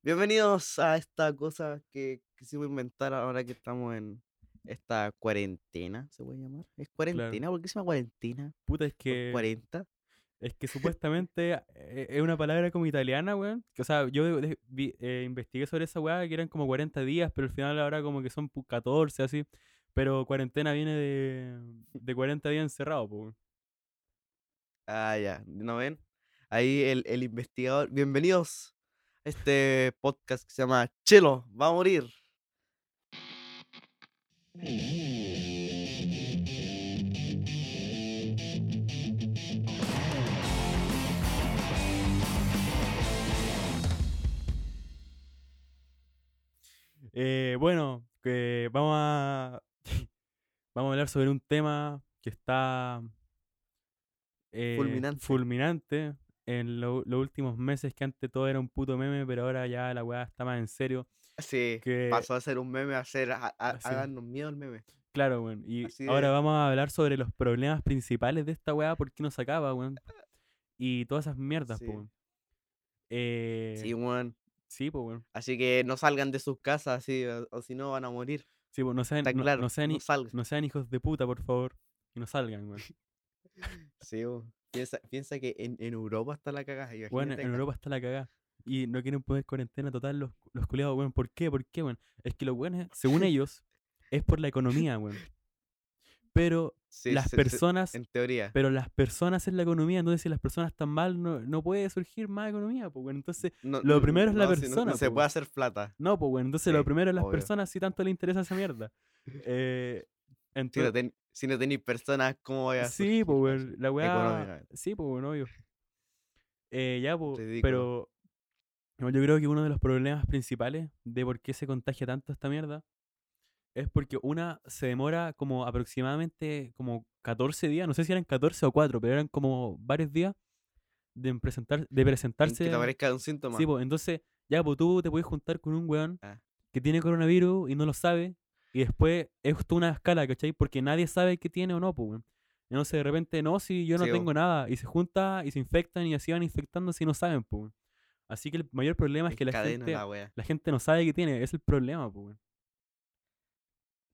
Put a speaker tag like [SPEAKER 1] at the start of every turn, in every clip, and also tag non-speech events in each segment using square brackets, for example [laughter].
[SPEAKER 1] Bienvenidos a esta cosa que quisimos inventar ahora que estamos en esta cuarentena, se puede llamar. ¿Es cuarentena? ¿Por qué se llama cuarentena?
[SPEAKER 2] Puta, es
[SPEAKER 1] ¿Por
[SPEAKER 2] que.
[SPEAKER 1] 40?
[SPEAKER 2] Es
[SPEAKER 1] [laughs]
[SPEAKER 2] que supuestamente eh, es una palabra como italiana, weón. que, O sea, yo de- vi- eh, investigué sobre esa weá que eran como 40 días, pero al final ahora como que son pu- 14, así. Pero cuarentena viene de, de 40 días encerrado, po, weón.
[SPEAKER 1] Ah, ya, ¿no ven? Ahí el, el investigador. Bienvenidos a este podcast que se llama Chelo, va a morir.
[SPEAKER 2] Eh, bueno, que vamos a. [laughs] vamos a hablar sobre un tema que está. eh,
[SPEAKER 1] Fulminante.
[SPEAKER 2] fulminante En lo- los últimos meses, que antes todo era un puto meme, pero ahora ya la weá está más en serio.
[SPEAKER 1] Sí,
[SPEAKER 2] Que- Ah,
[SPEAKER 1] pasó a ser un meme, a ser. A, a- a
[SPEAKER 2] Así.
[SPEAKER 1] darnos miedo el meme.
[SPEAKER 2] Claro, weón. Y
[SPEAKER 1] Así
[SPEAKER 2] ahora
[SPEAKER 1] es.
[SPEAKER 2] vamos a hablar sobre los problemas principales de esta weá, por qué nos acaba, weón. Y todas esas mierdas, po,
[SPEAKER 1] Sí.
[SPEAKER 2] weón. Eh,
[SPEAKER 1] Sí, weón.
[SPEAKER 2] sí, po, weón.
[SPEAKER 1] Así que no salgan de sus casas, sí, o, o si no van a morir.
[SPEAKER 2] Sí, po, no sean,
[SPEAKER 1] Está
[SPEAKER 2] no-
[SPEAKER 1] claro.
[SPEAKER 2] no sean hi-
[SPEAKER 1] salgan.
[SPEAKER 2] no sean hijos de puta, por favor. Y no salgan,
[SPEAKER 1] [laughs]
[SPEAKER 2] weón.
[SPEAKER 1] Sí, weón. Piensa, piensa que en, en Europa está la cagada.
[SPEAKER 2] Bueno,
[SPEAKER 1] imagínate
[SPEAKER 2] en
[SPEAKER 1] acá.
[SPEAKER 2] Europa está la cagada. Y no quieren poner cuarentena total los, los culiados, weón. ¿Por qué? ¿Por qué, weón? Es que los weones,
[SPEAKER 1] [laughs]
[SPEAKER 2] según ellos, es por la economía, weón. Pero
[SPEAKER 1] Sí,
[SPEAKER 2] las
[SPEAKER 1] se- se-
[SPEAKER 2] personas,
[SPEAKER 1] en teoría.
[SPEAKER 2] pero las personas es la economía. Entonces, si las personas están mal, no, no puede surgir más economía, pues, weón. Entonces,
[SPEAKER 1] No-
[SPEAKER 2] lo
[SPEAKER 1] no-
[SPEAKER 2] primero es la
[SPEAKER 1] no, sí, no-
[SPEAKER 2] persona,
[SPEAKER 1] No, se
[SPEAKER 2] po,
[SPEAKER 1] puede
[SPEAKER 2] weón.
[SPEAKER 1] hacer plata.
[SPEAKER 2] no, pues, weón. Entonces,
[SPEAKER 1] Sí,
[SPEAKER 2] lo primero es las
[SPEAKER 1] obvio.
[SPEAKER 2] personas si tanto les interesa esa
[SPEAKER 1] [laughs]
[SPEAKER 2] mierda. Eh,
[SPEAKER 1] Si no,
[SPEAKER 2] entonces,
[SPEAKER 1] ten- si no tenéis personas, ¿cómo voy a
[SPEAKER 2] Sí,
[SPEAKER 1] [laughs] surgir
[SPEAKER 2] pues,
[SPEAKER 1] la-
[SPEAKER 2] weón. La weá.
[SPEAKER 1] económicamente.
[SPEAKER 2] Sí, pues, weón, obvio. Eh, ya, pues.
[SPEAKER 1] Ridículo.
[SPEAKER 2] Pero. no, Yo creo que uno de los problemas principales de por qué se contagia tanto esta mierda es porque una se demora como aproximadamente como 14 días, no sé si eran 14 o 4, pero eran como varios días de, en presentar, de
[SPEAKER 1] En
[SPEAKER 2] presentarse.
[SPEAKER 1] Que te aparezca un síntoma.
[SPEAKER 2] Sí, pues, entonces, ya, pues tú te puedes juntar con un weón
[SPEAKER 1] Ah.
[SPEAKER 2] que tiene coronavirus y no lo sabe, y después es toda una escala, ¿cachai? Porque nadie sabe qué tiene o no, pues, weón. Entonces, de repente, no, si yo no
[SPEAKER 1] Sí, po.
[SPEAKER 2] tengo nada, y se junta y se infectan y así van infectando si no saben, pues, weón. Así que el mayor problema es que la
[SPEAKER 1] Encadena
[SPEAKER 2] gente,
[SPEAKER 1] la wea.
[SPEAKER 2] la gente no sabe qué tiene, es el problema, pues, weón.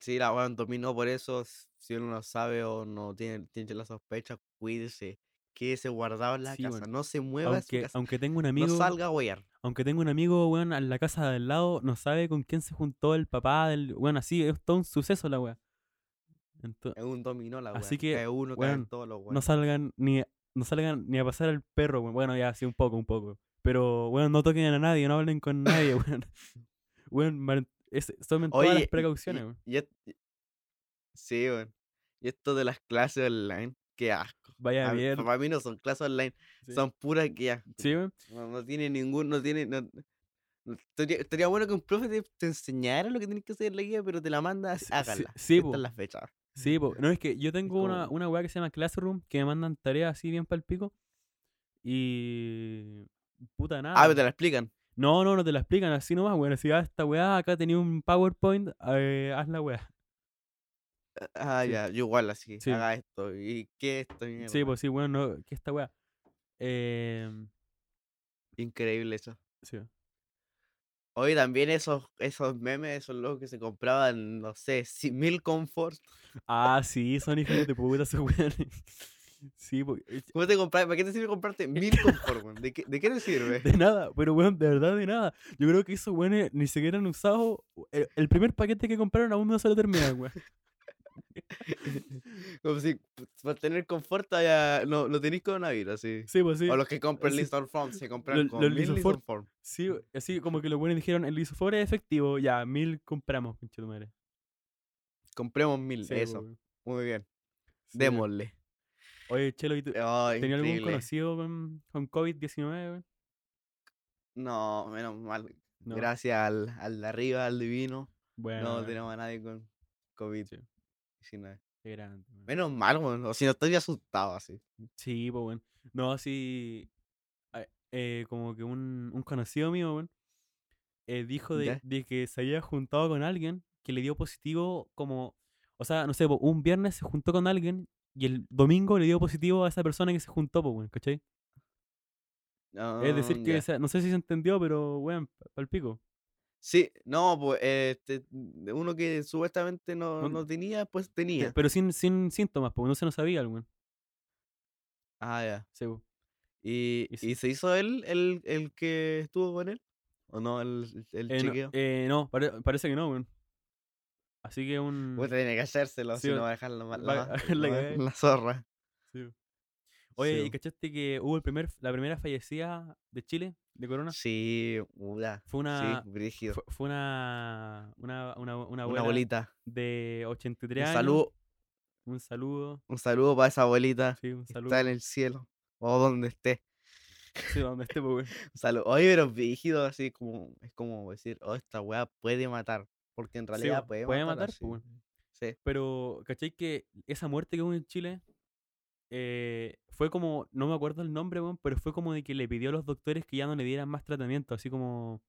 [SPEAKER 1] Sí, la wea dominó por eso. s- Si uno no sabe o no tiene, tiene la sospecha, cuídese. Quédese guardado en la
[SPEAKER 2] Sí,
[SPEAKER 1] casa.
[SPEAKER 2] weón.
[SPEAKER 1] No se mueva de su
[SPEAKER 2] Aunque,
[SPEAKER 1] casa.
[SPEAKER 2] aunque tengo un amigo,
[SPEAKER 1] no salga a huear.
[SPEAKER 2] aunque tengo un amigo, weón, en la casa del lado, no sabe con quién se juntó el papá del, weón, así, es todo un suceso la weá. Entonces,
[SPEAKER 1] Es un dominó la wea.
[SPEAKER 2] Así que,
[SPEAKER 1] Cae uno, caen
[SPEAKER 2] weón,
[SPEAKER 1] todos los
[SPEAKER 2] no
[SPEAKER 1] weones.
[SPEAKER 2] salgan ni no salgan ni a pasar al perro, weón. Bueno, ya sí un poco, un poco. Pero bueno, no toquen a nadie, no hablen con nadie, [laughs] weón. Weón, mar- es- tomen todas
[SPEAKER 1] Oye, y-
[SPEAKER 2] las
[SPEAKER 1] y-
[SPEAKER 2] precauciones, weón.
[SPEAKER 1] y et- y- Sí, weón. Y esto de las clases online, qué asco.
[SPEAKER 2] Vaya
[SPEAKER 1] A mí-
[SPEAKER 2] mierda.
[SPEAKER 1] Para mí no son clases online.
[SPEAKER 2] Sí,
[SPEAKER 1] Son puras que asco.
[SPEAKER 2] Sí, weón.
[SPEAKER 1] No, no tiene ningún, no tiene. no- no- estaría, estaría bueno que un profe te, te enseñara lo que tienes que hacer en la guía, pero te la manda así,
[SPEAKER 2] Sí, sí,
[SPEAKER 1] hágala.
[SPEAKER 2] sí,
[SPEAKER 1] Estas
[SPEAKER 2] po.
[SPEAKER 1] las fechas.
[SPEAKER 2] Sí, po. no es que yo tengo una,
[SPEAKER 1] como-
[SPEAKER 2] una weá que se llama Classroom que me mandan tareas así bien palpico. Y. Puta nada.
[SPEAKER 1] Ah, pero te la explican.
[SPEAKER 2] No, no, no te la explican así nomás, weón. Así, ah, esta weá, acá tenía un PowerPoint, eh, haz la weá.
[SPEAKER 1] Ah,
[SPEAKER 2] Sí.
[SPEAKER 1] ya, yo igual así.
[SPEAKER 2] Sí.
[SPEAKER 1] Haga esto. ¿Y qué es esto?
[SPEAKER 2] Sí,
[SPEAKER 1] mierda?
[SPEAKER 2] pues sí, weón, no, ¿qué esta weá? Eh,
[SPEAKER 1] Increíble eso.
[SPEAKER 2] sí.
[SPEAKER 1] Hoy también esos, esos memes, esos locos que se compraban, no sé, si- mil comfort.
[SPEAKER 2] Ah, sí, son hijos de puta esos weones. [laughs] Sí, po- eh,
[SPEAKER 1] ¿Cómo te compras? ¿Para qué te sirve comprarte mil confort, weón? ¿De qué, ¿De qué te sirve?
[SPEAKER 2] [laughs] de nada, pero weón, de verdad de nada. Yo creo que esos weones ni siquiera han usado. eh, El, el primer paquete que compraron aún no se lo terminan,
[SPEAKER 1] [laughs]
[SPEAKER 2] weón.
[SPEAKER 1] [laughs] Como si p- para tener confort allá, no, no tenéis coronavirus, así.
[SPEAKER 2] Sí, pues sí.
[SPEAKER 1] O los que compran
[SPEAKER 2] sí.
[SPEAKER 1] Liston Form se compran
[SPEAKER 2] Lo-
[SPEAKER 1] con
[SPEAKER 2] los
[SPEAKER 1] mil
[SPEAKER 2] Lisoform.
[SPEAKER 1] Lisoform.
[SPEAKER 2] Sí, así como que los weones dijeron: el isofor es efectivo, ya, mil compramos, pinche tu madre.
[SPEAKER 1] Compremos mil,
[SPEAKER 2] Sí, po,
[SPEAKER 1] eso.
[SPEAKER 2] weón.
[SPEAKER 1] Muy bien.
[SPEAKER 2] Sí, weón.
[SPEAKER 1] Démosle.
[SPEAKER 2] Oye, Chelo, ¿y tú-
[SPEAKER 1] Oh,
[SPEAKER 2] ¿tenía algún
[SPEAKER 1] increíble.
[SPEAKER 2] conocido con, con COVID-19, weón?
[SPEAKER 1] No, menos mal.
[SPEAKER 2] No.
[SPEAKER 1] Gracias al, al de arriba, al divino.
[SPEAKER 2] Bueno,
[SPEAKER 1] no
[SPEAKER 2] weón,
[SPEAKER 1] tenemos a nadie con COVID.
[SPEAKER 2] Sí.
[SPEAKER 1] 19.
[SPEAKER 2] qué grande, weón.
[SPEAKER 1] Menos mal, weón. O si no estoy asustado así.
[SPEAKER 2] Sí, pues bueno. No, sí. a- eh, como que un, un conocido mío, weón, eh, dijo de,
[SPEAKER 1] Ya.
[SPEAKER 2] de que se había juntado con alguien que le dio positivo como. O sea, no sé, po, un viernes se juntó con alguien y el domingo le dio positivo a esa persona que se juntó, pues, weón, ¿cachai? Es decir,
[SPEAKER 1] Ah,
[SPEAKER 2] que
[SPEAKER 1] ya.
[SPEAKER 2] esa- no sé si se entendió, pero weón, palpico.
[SPEAKER 1] Sí, no, pues este, uno que supuestamente no,
[SPEAKER 2] No-
[SPEAKER 1] no tenía, pues
[SPEAKER 2] Pe-
[SPEAKER 1] tenía.
[SPEAKER 2] Pero sin, sin síntomas, porque no se nos sabía, el weón.
[SPEAKER 1] Ah, ya.
[SPEAKER 2] Sí, po.
[SPEAKER 1] ¿Y,
[SPEAKER 2] Y sí.
[SPEAKER 1] y se hizo él el, el que estuvo con él? ¿O no? El, el
[SPEAKER 2] Eh, no-
[SPEAKER 1] chequeo.
[SPEAKER 2] eh, no, pare- parece que no, weón. Así que un.
[SPEAKER 1] Puta, tiene que hacérselo, si
[SPEAKER 2] Sí,
[SPEAKER 1] no
[SPEAKER 2] o-
[SPEAKER 1] va a dejar la, ma-
[SPEAKER 2] va a
[SPEAKER 1] la, ma-
[SPEAKER 2] dejar [laughs] la
[SPEAKER 1] la-
[SPEAKER 2] cagada.
[SPEAKER 1] la zorra.
[SPEAKER 2] sí, po. Oye,
[SPEAKER 1] Sí,
[SPEAKER 2] ¿y cachaste que hubo el primer, la primera fallecida de Chile de corona?
[SPEAKER 1] Sí, puta,
[SPEAKER 2] Fue una.
[SPEAKER 1] sí, brígido.
[SPEAKER 2] Fue, fue una, una, una, una
[SPEAKER 1] una
[SPEAKER 2] abuela
[SPEAKER 1] abuelita.
[SPEAKER 2] de
[SPEAKER 1] Un
[SPEAKER 2] 83 años.
[SPEAKER 1] saludo, [laughs]
[SPEAKER 2] Un saludo.
[SPEAKER 1] un saludo para esa abuelita
[SPEAKER 2] Sí, un
[SPEAKER 1] que
[SPEAKER 2] saludo.
[SPEAKER 1] está en el cielo. O donde esté.
[SPEAKER 2] Sí, donde esté, pues, po, weón.
[SPEAKER 1] Un saludo. Oye, pero brígido, así como, es como decir, oh, esta weá puede matar. Porque en
[SPEAKER 2] Sí,
[SPEAKER 1] realidad
[SPEAKER 2] po,
[SPEAKER 1] puede,
[SPEAKER 2] puede
[SPEAKER 1] matar.
[SPEAKER 2] matar, po,
[SPEAKER 1] así.
[SPEAKER 2] weón.
[SPEAKER 1] Sí.
[SPEAKER 2] Pero, ¿cachai? Que esa muerte que hubo en Chile eh, fue como, no me acuerdo el nombre, weón, pero fue como de que le pidió a los doctores que ya no le dieran más tratamiento, así como,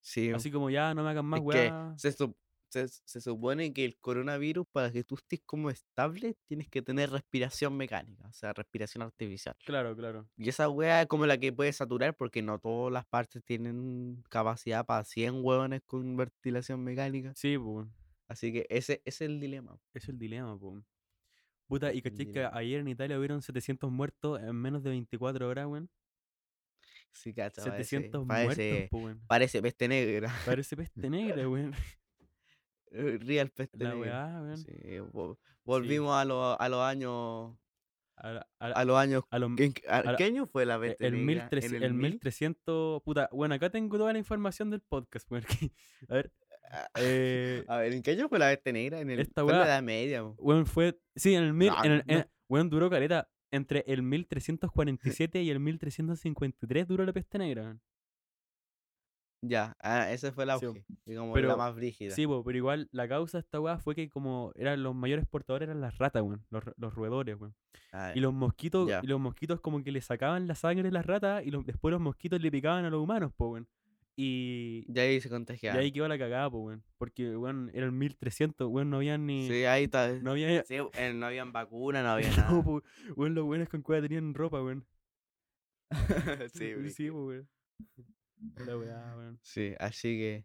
[SPEAKER 1] Sí, mm.
[SPEAKER 2] así como ya no me hagan más,
[SPEAKER 1] Es que
[SPEAKER 2] weá.
[SPEAKER 1] se, sup- se- se supone que el coronavirus, para que tú estés como estable, tienes que tener respiración mecánica, o sea, respiración artificial.
[SPEAKER 2] Claro, claro.
[SPEAKER 1] Y esa wea es como la que puede saturar, porque no todas las partes tienen capacidad para 100 hueones con ventilación mecánica.
[SPEAKER 2] Sí, po, weón.
[SPEAKER 1] Así que ese, ese es el dilema.
[SPEAKER 2] Ese es el dilema, po. weón. Puta, y
[SPEAKER 1] El
[SPEAKER 2] cachai que
[SPEAKER 1] dilema.
[SPEAKER 2] ayer en Italia hubieron 700 muertos en menos de 24 horas, weón.
[SPEAKER 1] Sí, cacha, parece-
[SPEAKER 2] 700 muertos,
[SPEAKER 1] parece,
[SPEAKER 2] po, weón.
[SPEAKER 1] parece peste negra. [laughs]
[SPEAKER 2] Parece peste negra, weón.
[SPEAKER 1] eh, Real peste
[SPEAKER 2] La
[SPEAKER 1] negra.
[SPEAKER 2] weá, weón.
[SPEAKER 1] Sí, vo- volvimos a, los- a los años.
[SPEAKER 2] A, la- a la-
[SPEAKER 1] A los años.
[SPEAKER 2] a los-
[SPEAKER 1] ¿en qué- a-
[SPEAKER 2] a la-
[SPEAKER 1] ¿Qué año fue la
[SPEAKER 2] Eh,
[SPEAKER 1] peste
[SPEAKER 2] El,
[SPEAKER 1] negra?
[SPEAKER 2] 1300,
[SPEAKER 1] ¿En
[SPEAKER 2] el 1300. Puta, bueno, acá tengo toda la información del podcast. weón, [laughs] que- a
[SPEAKER 1] [laughs]
[SPEAKER 2] ver.
[SPEAKER 1] Ah,
[SPEAKER 2] eh,
[SPEAKER 1] A ver, ¿en qué año fue la peste negra? En el,
[SPEAKER 2] Esta
[SPEAKER 1] fue en la
[SPEAKER 2] weá-
[SPEAKER 1] Edad Media. po.
[SPEAKER 2] weón, fue. Sí, en el. mil-
[SPEAKER 1] No,
[SPEAKER 2] en el-
[SPEAKER 1] no.
[SPEAKER 2] en- weón, duró caleta. Entre
[SPEAKER 1] [laughs]
[SPEAKER 2] el 1347 y el 1353 duró la peste negra. weón.
[SPEAKER 1] Ya, ah, esa fue la
[SPEAKER 2] Sí, po.
[SPEAKER 1] auge. y como la
[SPEAKER 2] Pero-
[SPEAKER 1] más brígida.
[SPEAKER 2] Sí, po, pero igual la causa de esta weá fue que, como eran los mayores portadores, eran las ratas, weón. Los, r- los roedores, weón.
[SPEAKER 1] Ah,
[SPEAKER 2] Y los mosquitos,
[SPEAKER 1] Ya.
[SPEAKER 2] y los mosquitos como que le sacaban la sangre a las ratas y los- después los mosquitos le picaban a los humanos, po, weón. Y,
[SPEAKER 1] ya ahí se
[SPEAKER 2] Y
[SPEAKER 1] contagiaron.
[SPEAKER 2] ahí quedó la cagada, pues, weón. Porque, weón, era el 1300, weón, no había ni.
[SPEAKER 1] Sí, ahí está.
[SPEAKER 2] No había.
[SPEAKER 1] Sí, eh, [laughs] no habían vacuna, no había
[SPEAKER 2] [laughs] No,
[SPEAKER 1] nada.
[SPEAKER 2] po, weón, los weones con cueva tenían ropa, weón.
[SPEAKER 1] [laughs]
[SPEAKER 2] [laughs]
[SPEAKER 1] sí,
[SPEAKER 2] sí,
[SPEAKER 1] brígido.
[SPEAKER 2] po, weón. La weá,
[SPEAKER 1] [laughs]
[SPEAKER 2] weón.
[SPEAKER 1] sí, así que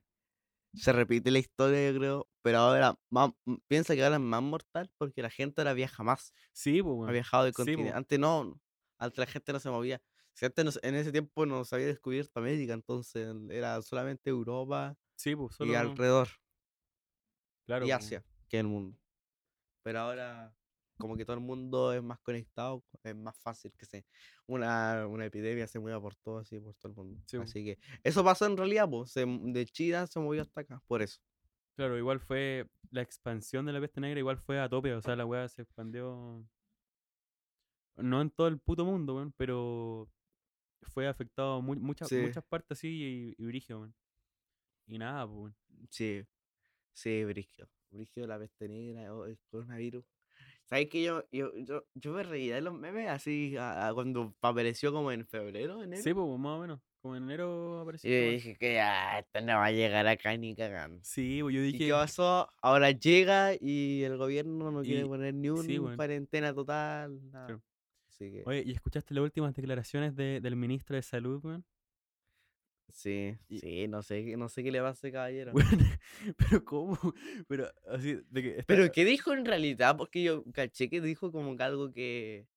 [SPEAKER 1] se repite la historia, yo creo. Pero ahora, más- m- piensa que ahora es más mortal porque la gente ahora viaja más.
[SPEAKER 2] Sí, po, weón.
[SPEAKER 1] Ha viajado del
[SPEAKER 2] Sí, po.
[SPEAKER 1] continente. Antes no, antes la gente no se movía. Si antes no se- en ese tiempo no se había descubierto América, entonces era solamente Europa
[SPEAKER 2] Sí, po,
[SPEAKER 1] y
[SPEAKER 2] solo.
[SPEAKER 1] alrededor.
[SPEAKER 2] claro,
[SPEAKER 1] y
[SPEAKER 2] po,
[SPEAKER 1] Asia que el mundo. Pero ahora, como que todo el mundo es más conectado, es más fácil que se una, una epidemia se mueva por todo así, por todo el mundo.
[SPEAKER 2] Sí, po.
[SPEAKER 1] Así que eso pasó en realidad, pues, de China se movió hasta acá, por eso.
[SPEAKER 2] Claro, igual fue. La expansión de la peste negra igual fue a tope, o sea, la weá se expandió. No en todo el puto mundo, weón, pero. Fue afectado mu- muchas,
[SPEAKER 1] Sí.
[SPEAKER 2] muchas partes, sí, y, y brígido, weón. Y nada, po, weón.
[SPEAKER 1] Sí, sí, brígido. Brígido, la peste negra, o el coronavirus. ¿Sabes que yo, yo, yo, yo me reía de los memes así a- a cuando apareció como en febrero, enero?
[SPEAKER 2] Sí, pues, más o menos. Como en enero apareció.
[SPEAKER 1] y yo
[SPEAKER 2] esta weá.
[SPEAKER 1] dije que ah, esto no va a llegar acá ni cagando.
[SPEAKER 2] Sí, pues yo
[SPEAKER 1] ¿Y
[SPEAKER 2] dije.
[SPEAKER 1] qué pasó? Ahora llega y el gobierno no quiere
[SPEAKER 2] Y-
[SPEAKER 1] poner ni un
[SPEAKER 2] sí, weón.
[SPEAKER 1] cuarentena total, nada. Así que,
[SPEAKER 2] Oye, ¿y escuchaste las últimas declaraciones de- del ministro de Salud, weón?
[SPEAKER 1] sí,
[SPEAKER 2] y-
[SPEAKER 1] sí, no sé, qué- no sé qué le pasa a ese caballero.
[SPEAKER 2] Weón, [laughs] pero ¿cómo? Pero así, de que. está-
[SPEAKER 1] Pero ¿qué dijo en realidad? Porque yo caché que dijo como que algo que,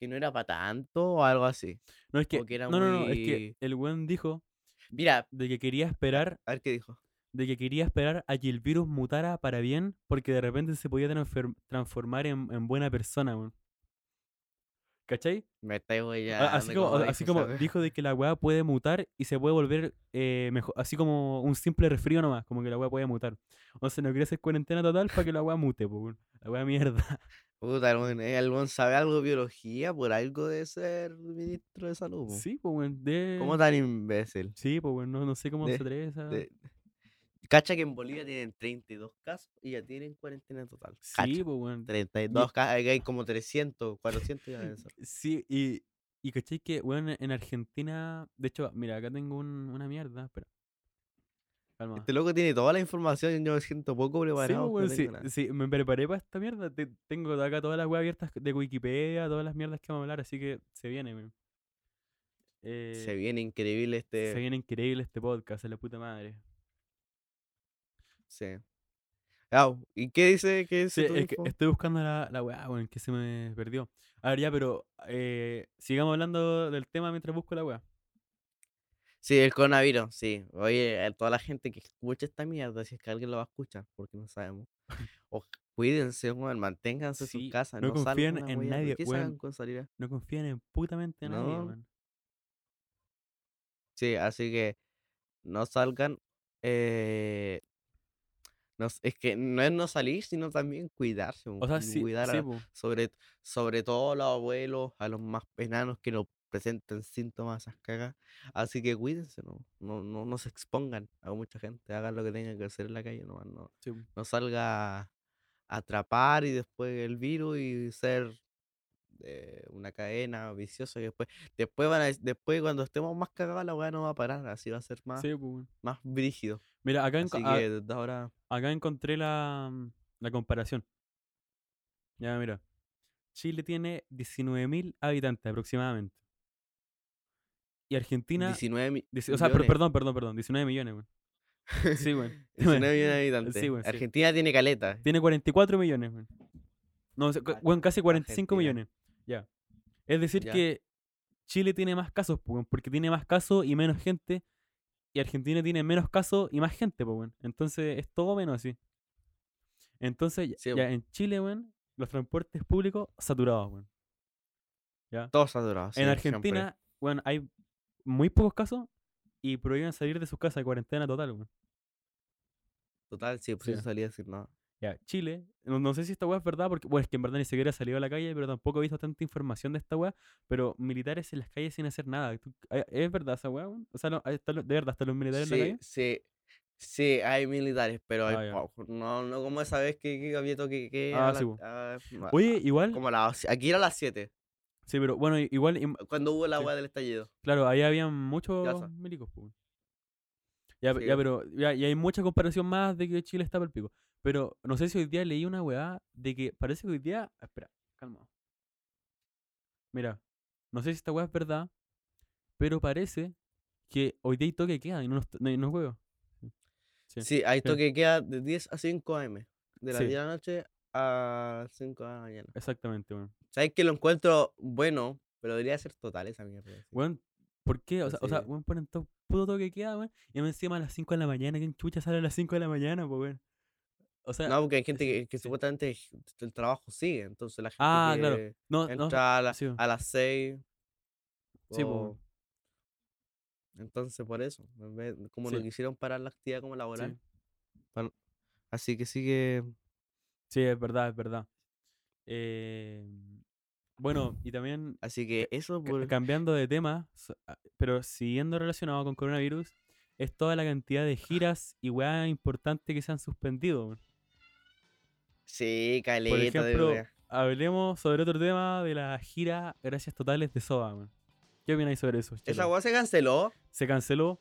[SPEAKER 1] que no era para tanto o algo así.
[SPEAKER 2] no, es que,
[SPEAKER 1] que era
[SPEAKER 2] no, no, no, es
[SPEAKER 1] muy-
[SPEAKER 2] que el weón dijo
[SPEAKER 1] Mira,
[SPEAKER 2] de que quería esperar,
[SPEAKER 1] a ver qué dijo.
[SPEAKER 2] de que quería esperar a que el virus mutara para bien, porque de repente se podía transfer- transformar en, en buena persona, weón. ¿Cachai?
[SPEAKER 1] Me estáis
[SPEAKER 2] A-
[SPEAKER 1] ya.
[SPEAKER 2] así como, así como dijo de que la weá puede mutar y se puede volver eh, mejor, así como un simple resfrío nomás, como que la weá puede mutar. O sea, no quiere hacer cuarentena total para que la weá mute, po, weón. la weá mierda. [laughs]
[SPEAKER 1] Puta, algún, sabe algo de biología, por algo de ser ministro de salud. po.
[SPEAKER 2] Sí, pues weón. de-
[SPEAKER 1] ¿Cómo tan imbécil?
[SPEAKER 2] Sí, pues weón, no, no sé cómo
[SPEAKER 1] De-
[SPEAKER 2] se atreve esa-
[SPEAKER 1] de- Cacha que en Bolivia tienen 32 casos y ya tienen cuarentena total.
[SPEAKER 2] Sí,
[SPEAKER 1] Cacha,
[SPEAKER 2] pues weón.
[SPEAKER 1] 32 casos, ahí hay como 300, 400 ya deben ser.
[SPEAKER 2] Sí, y, y caché que, weón, en Argentina. De hecho, mira, acá tengo un- una mierda. Espera. Calma.
[SPEAKER 1] Este loco tiene toda la información, yo me siento poco
[SPEAKER 2] Ah. Sí,
[SPEAKER 1] preparado. no
[SPEAKER 2] pues, weón, sí,
[SPEAKER 1] tengo nada.
[SPEAKER 2] sí, me preparé para esta mierda. te- tengo acá todas las webs abiertas de Wikipedia, todas las mierdas que vamos a hablar, así que se viene, weón. Eh,
[SPEAKER 1] Se viene increíble este.
[SPEAKER 2] se viene increíble este podcast, a la puta madre.
[SPEAKER 1] Sí. Au, ¿Y qué dice? ¿Qué dice
[SPEAKER 2] Sí,
[SPEAKER 1] tu
[SPEAKER 2] es que
[SPEAKER 1] info?
[SPEAKER 2] estoy buscando la, la weá, weón, que se me perdió. A ver, ya, pero eh, sigamos hablando del tema mientras busco la weá.
[SPEAKER 1] Sí, el coronavirus, sí. Oye, a toda la gente que escucha esta mierda, si es que alguien lo va a escuchar, porque no
[SPEAKER 2] [laughs]
[SPEAKER 1] sabemos. O, cuídense, weón, manténganse en
[SPEAKER 2] Sí,
[SPEAKER 1] sus casas.
[SPEAKER 2] no
[SPEAKER 1] No, salgan
[SPEAKER 2] confíen
[SPEAKER 1] a
[SPEAKER 2] en
[SPEAKER 1] huear,
[SPEAKER 2] nadie,
[SPEAKER 1] ¿Qué
[SPEAKER 2] weón.
[SPEAKER 1] sacan con salir a-
[SPEAKER 2] No confían en putamente en nadie,
[SPEAKER 1] No.
[SPEAKER 2] weón.
[SPEAKER 1] Sí, así que no salgan. eh, no s- es que no es no salir, sino también cuidarse.
[SPEAKER 2] O
[SPEAKER 1] weón,
[SPEAKER 2] sea,
[SPEAKER 1] y
[SPEAKER 2] sí,
[SPEAKER 1] cuidar
[SPEAKER 2] sí,
[SPEAKER 1] a-
[SPEAKER 2] po.
[SPEAKER 1] sobre, sobre todo a los abuelos, a los más enanos que no presenten síntomas a esas cagas. Así que cuídense, no, no, no, no se expongan a mucha gente, hagan lo que tengan que hacer en la calle, nomás, no,
[SPEAKER 2] sí, po.
[SPEAKER 1] no salga a atrapar y después el virus y ser eh, una cadena viciosa que después, después van a, dec- después cuando estemos más cagados la weá no va a parar, así va a ser más,
[SPEAKER 2] Sí, ah, po, weón.
[SPEAKER 1] más brígido.
[SPEAKER 2] Mira, acá, enco-
[SPEAKER 1] Así
[SPEAKER 2] a-
[SPEAKER 1] que desde ahora,
[SPEAKER 2] acá encontré la, mm, la comparación. Ya, mira. Chile tiene 19.000 habitantes aproximadamente. Y Argentina...
[SPEAKER 1] 19 mi-
[SPEAKER 2] dieci- o sea, per-
[SPEAKER 1] millones.
[SPEAKER 2] perdón, perdón, perdón. 19 millones,
[SPEAKER 1] [laughs]
[SPEAKER 2] weón. Sí, weón. [laughs]
[SPEAKER 1] 19 millones de habitantes.
[SPEAKER 2] Sí, weón, sí.
[SPEAKER 1] Argentina tiene caleta.
[SPEAKER 2] Tiene 44 millones, weón. No, o sea, cu-
[SPEAKER 1] Ah,
[SPEAKER 2] weón, casi 45
[SPEAKER 1] Argentina.
[SPEAKER 2] millones. Ya. Es decir
[SPEAKER 1] Ya.
[SPEAKER 2] que Chile tiene más casos, po, weón, porque tiene más casos y menos gente. Y Argentina tiene menos casos y más gente, po, weón. Entonces es todo menos así. Entonces, ya-
[SPEAKER 1] Sí,
[SPEAKER 2] ya,
[SPEAKER 1] weón.
[SPEAKER 2] en Chile, weón, los transportes públicos saturados, weón.
[SPEAKER 1] Todos saturados. sí,
[SPEAKER 2] en
[SPEAKER 1] siempre.
[SPEAKER 2] Argentina, weón, hay muy pocos casos y prohíben salir de sus casas, cuarentena total, weón.
[SPEAKER 1] Total, sí, pues
[SPEAKER 2] Sí.
[SPEAKER 1] yo salí a decir nada.
[SPEAKER 2] Ya, Chile, no, no sé si esta weá es verdad, porque, bueno, es que en verdad ni siquiera he salido a la calle, pero tampoco he visto tanta información de esta weá, pero militares en las calles sin hacer nada. ¿Tú- eh, ¿Es verdad esa weá? weón? O sea, no, ahí están los- de verdad, están los militares en la
[SPEAKER 1] Sí,
[SPEAKER 2] calle.
[SPEAKER 1] sí, sí, hay militares, pero
[SPEAKER 2] Ah,
[SPEAKER 1] hay
[SPEAKER 2] ya.
[SPEAKER 1] pocos. No, no como esa vez que, que había toque que
[SPEAKER 2] Ah,
[SPEAKER 1] a
[SPEAKER 2] sí,
[SPEAKER 1] la-
[SPEAKER 2] po.
[SPEAKER 1] a- no,
[SPEAKER 2] Oye, igual,
[SPEAKER 1] ah, como a las- aquí era a las 7,
[SPEAKER 2] sí, pero bueno, i- igual, im-
[SPEAKER 1] cuando hubo la
[SPEAKER 2] Sí.
[SPEAKER 1] agua del estallido.
[SPEAKER 2] claro, ahí habían muchos
[SPEAKER 1] sa-
[SPEAKER 2] milicos, po, weón. Ya, pe-
[SPEAKER 1] Sí.
[SPEAKER 2] ya, pero, ya, y hay mucha comparación más de que Chile está para el pico. Pero no sé si hoy día leí una weá de que parece que hoy día. ah, Espera, calma. Mira, no sé si esta weá es verdad, pero parece que hoy día hay toque de queda y no nos, no, no juego. Sí,
[SPEAKER 1] Sí, hay
[SPEAKER 2] sí.
[SPEAKER 1] toque que queda de 10 a 5 am, de las
[SPEAKER 2] Sí.
[SPEAKER 1] 10 de la noche a 5 de la mañana.
[SPEAKER 2] Exactamente, weón.
[SPEAKER 1] Sabes que lo encuentro bueno, pero debería ser total esa mierda. sí.
[SPEAKER 2] Weón, ¿por qué? O sea, o sea,
[SPEAKER 1] Entonces-
[SPEAKER 2] weón, ponen todo puto toque de queda, weón. Y más encima a las 5 de la mañana, ¿quién chucha sale a las 5 de la mañana, pues, weón? O sea,
[SPEAKER 1] No, porque hay gente
[SPEAKER 2] sí,
[SPEAKER 1] que, que
[SPEAKER 2] sí.
[SPEAKER 1] supuestamente el- el trabajo sigue, entonces la gente
[SPEAKER 2] Ah,
[SPEAKER 1] que
[SPEAKER 2] claro. no, no,
[SPEAKER 1] entra a, la-
[SPEAKER 2] sí, weón.
[SPEAKER 1] a las 6.
[SPEAKER 2] Sí, po, weón.
[SPEAKER 1] o- Entonces, por eso, en vez- como no
[SPEAKER 2] Sí.
[SPEAKER 1] quisieron parar la actividad como laboral.
[SPEAKER 2] sí.
[SPEAKER 1] Así que sigue.
[SPEAKER 2] Sí, es verdad, es verdad. Eh, bueno, y también
[SPEAKER 1] Así que eso
[SPEAKER 2] Eh, ca-
[SPEAKER 1] por.
[SPEAKER 2] cambiando de tema, so- a- pero siguiendo relacionado con coronavirus, es toda la cantidad de giras y weá importantes que se han suspendido. weón.
[SPEAKER 1] Sí, caleta
[SPEAKER 2] Por ejemplo,
[SPEAKER 1] de wea.
[SPEAKER 2] hablemos sobre otro tema de la gira Gracias Totales de Soda. weón. ¿Qué opináis sobre eso?
[SPEAKER 1] Esa
[SPEAKER 2] Chelo?
[SPEAKER 1] weá se canceló.
[SPEAKER 2] Se canceló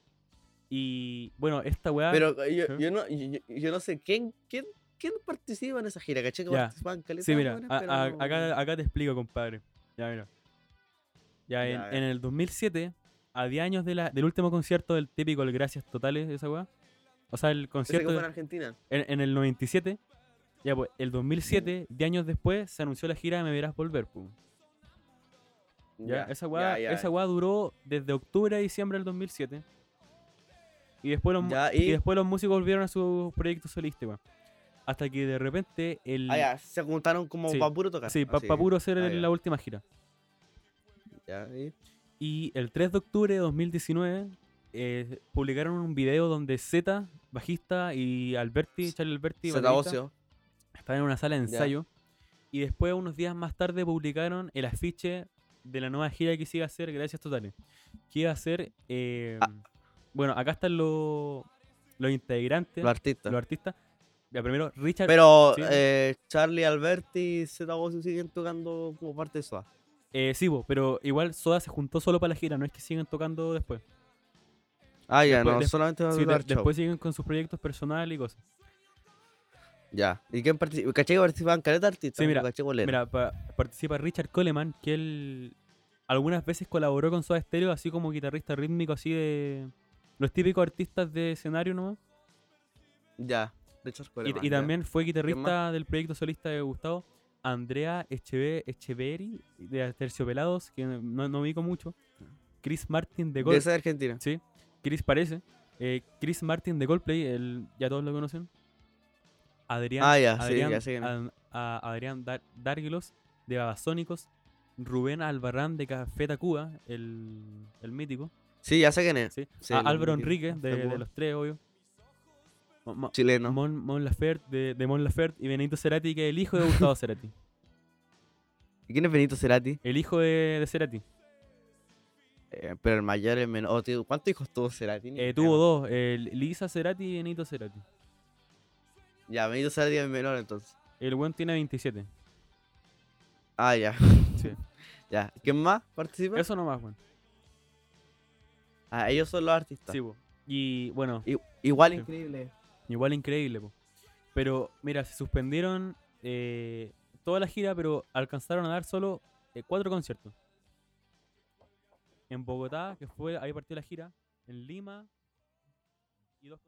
[SPEAKER 2] y bueno, esta weá...
[SPEAKER 1] Pero eh, yo,
[SPEAKER 2] Ah, ¿sí?
[SPEAKER 1] yo, no, yo, yo- yo no sé quién, quién, quién participa en esa gira, caché que
[SPEAKER 2] Ya.
[SPEAKER 1] participaban caleta.
[SPEAKER 2] Sí,
[SPEAKER 1] de
[SPEAKER 2] mira,
[SPEAKER 1] weones,
[SPEAKER 2] a-
[SPEAKER 1] pero
[SPEAKER 2] a-
[SPEAKER 1] no-
[SPEAKER 2] acá, acá te explico, compadre. Ya, mira. Ya, en,
[SPEAKER 1] Ya, a ver.
[SPEAKER 2] en el 2007, a 10 años de la- del último concierto del típico El Gracias Totales, esa weá. O sea, el
[SPEAKER 1] Ese que
[SPEAKER 2] concierto
[SPEAKER 1] fue en
[SPEAKER 2] en,
[SPEAKER 1] Argentina.
[SPEAKER 2] en el 97. Ya, pues, el 2007,
[SPEAKER 1] Mm.
[SPEAKER 2] 10 años después, se anunció la gira Me Verás Volver, pum. Ya, esa weá,
[SPEAKER 1] ya, ya.
[SPEAKER 2] esa weá duró desde octubre a diciembre del 2007. Y después los, mu-
[SPEAKER 1] Ya,
[SPEAKER 2] y
[SPEAKER 1] y-
[SPEAKER 2] después los músicos volvieron a sus proyectos solistas, weón. Hasta que de repente el...
[SPEAKER 1] Ah, ya, se juntaron como
[SPEAKER 2] Sí,
[SPEAKER 1] para puro tocar.
[SPEAKER 2] Sí, para
[SPEAKER 1] así,
[SPEAKER 2] puro hacer
[SPEAKER 1] Ah,
[SPEAKER 2] el-
[SPEAKER 1] ya.
[SPEAKER 2] la última gira.
[SPEAKER 1] ya, y-
[SPEAKER 2] Y el 3 de octubre de 2019 eh, publicaron un video donde Z, bajista, y Alberti,
[SPEAKER 1] S-
[SPEAKER 2] Charlie Alberti,
[SPEAKER 1] se da
[SPEAKER 2] baterista,
[SPEAKER 1] ocio.
[SPEAKER 2] estaban en una sala de
[SPEAKER 1] Ya.
[SPEAKER 2] ensayo. Y después, unos días más tarde, publicaron el afiche de la nueva gira que se iba a hacer, Gracias Totales. Que iba a ser. eh,
[SPEAKER 1] Ah.
[SPEAKER 2] Bueno, acá están los, los integrantes,
[SPEAKER 1] Los artistas.
[SPEAKER 2] los artistas. Ya, primero, Richard.
[SPEAKER 1] Pero
[SPEAKER 2] sí.
[SPEAKER 1] eh, Charlie, Alberti y Zeta Ocio siguen tocando como parte de eso.
[SPEAKER 2] eh, sí, po, pero igual Soda se juntó solo para la gira, no es que sigan tocando después.
[SPEAKER 1] Ah, ya,
[SPEAKER 2] Después-
[SPEAKER 1] no,
[SPEAKER 2] des-
[SPEAKER 1] solamente va a
[SPEAKER 2] Sí, de-
[SPEAKER 1] tocar show.
[SPEAKER 2] después siguen con sus proyectos personales y cosas.
[SPEAKER 1] Ya. ¿Y quién participa? ¿Caché que participaban caleta artistas?
[SPEAKER 2] Sí, mira,
[SPEAKER 1] ¿Caché cuál era?
[SPEAKER 2] Mira, pa- participa Richard Coleman, que él algunas veces colaboró con Soda Stereo, así como guitarrista rítmico, así de los típicos artistas de escenario nomás.
[SPEAKER 1] Ya, Richard
[SPEAKER 2] Y,
[SPEAKER 1] Coleman.
[SPEAKER 2] y
[SPEAKER 1] ya.
[SPEAKER 2] también fue guitarrista
[SPEAKER 1] más?
[SPEAKER 2] del proyecto solista de Gustavo, Andrea Echeve- Echeverri, de Aterciopelados, que no, no ubico mucho. Chris Martin de
[SPEAKER 1] De
[SPEAKER 2] Gold.
[SPEAKER 1] esa de Argentina.
[SPEAKER 2] Sí, Chris parece. Eh, Chris Martin de Coldplay, el, ya todos lo conocen. Adrián,
[SPEAKER 1] Ah, ya, sí,
[SPEAKER 2] Adrián,
[SPEAKER 1] ya sé quién es.
[SPEAKER 2] Ad- a- Adrián Dar- Darguilos de Babasónicos. Rubén Albarrán de Café Tacuba, el, el mítico.
[SPEAKER 1] Sí, ya sé quién es.
[SPEAKER 2] ¿sí?
[SPEAKER 1] Sí,
[SPEAKER 2] A-
[SPEAKER 1] el
[SPEAKER 2] Álvaro
[SPEAKER 1] mítico,
[SPEAKER 2] Enrique,
[SPEAKER 1] Café
[SPEAKER 2] de, de
[SPEAKER 1] Tacuba.
[SPEAKER 2] los tres, obvio. Mo- mo-
[SPEAKER 1] Chileno.
[SPEAKER 2] Mon, Mon Laferte, de, de Mon Laferte y Benito Cerati, que es el hijo de Gustavo Cerati.
[SPEAKER 1] ¿Y quién es Benito Cerati?
[SPEAKER 2] El hijo de, de Cerati.
[SPEAKER 1] Eh, pero el mayor, el menor. Oh, tío, ¿Cuántos hijos tuvo Cerati? Ni
[SPEAKER 2] Eh,
[SPEAKER 1] idea.
[SPEAKER 2] tuvo dos, el Lisa Cerati y Benito Cerati.
[SPEAKER 1] Ya, Benito Cerati es el menor entonces.
[SPEAKER 2] El buen tiene 27.
[SPEAKER 1] Ah, ya. [laughs]
[SPEAKER 2] Sí.
[SPEAKER 1] Ya. ¿Quién más participa?
[SPEAKER 2] Eso nomás, weón.
[SPEAKER 1] Ah, ellos son los artistas.
[SPEAKER 2] Sí, po. Y bueno,
[SPEAKER 1] I- Igual
[SPEAKER 2] Sí.
[SPEAKER 1] increíble.
[SPEAKER 2] igual increíble, po. Pero mira, se suspendieron eh, toda la gira, pero alcanzaron a dar solo eh, cuatro conciertos. En Bogotá, que fue ahí partió la gira. En Lima. Y dos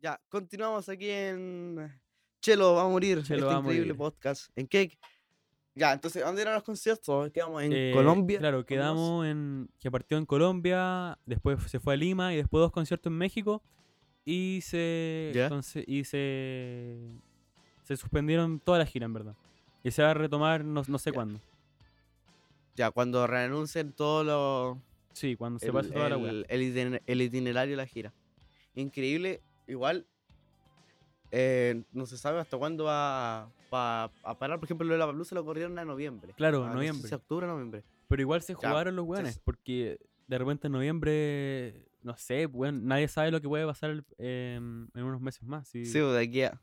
[SPEAKER 1] Ya, continuamos aquí en Chelo va a morir.
[SPEAKER 2] Chelo
[SPEAKER 1] este
[SPEAKER 2] va a
[SPEAKER 1] increíble
[SPEAKER 2] morir.
[SPEAKER 1] podcast. ¿En qué? Ya, entonces, ¿dónde eran los conciertos? Quedamos en
[SPEAKER 2] Eh,
[SPEAKER 1] Colombia.
[SPEAKER 2] Claro, quedamos en. que partió en Colombia, después se fue a Lima y después dos conciertos en México. Y se.
[SPEAKER 1] Ya.
[SPEAKER 2] conse- y se. Se suspendieron toda la gira, en verdad. Y se va a retomar no, no sé
[SPEAKER 1] Ya.
[SPEAKER 2] cuándo.
[SPEAKER 1] Ya, cuando reanuncien todo lo.
[SPEAKER 2] Sí, cuando se
[SPEAKER 1] el,
[SPEAKER 2] pase toda la weá.
[SPEAKER 1] el- el itiner- el itinerario de la gira. Increíble, igual. eh, no se sabe hasta cuándo va va a parar. Por ejemplo, lo de la Palusa lo corrieron a noviembre.
[SPEAKER 2] Claro,
[SPEAKER 1] a, no sé
[SPEAKER 2] noviembre.
[SPEAKER 1] si octubre o noviembre.
[SPEAKER 2] Pero igual se
[SPEAKER 1] Ya,
[SPEAKER 2] jugaron los weones,
[SPEAKER 1] se-
[SPEAKER 2] porque de repente en noviembre. No sé, weón, nadie sabe lo que puede pasar el- em, en unos meses más. Sí,
[SPEAKER 1] Sí, pues, de aquí a...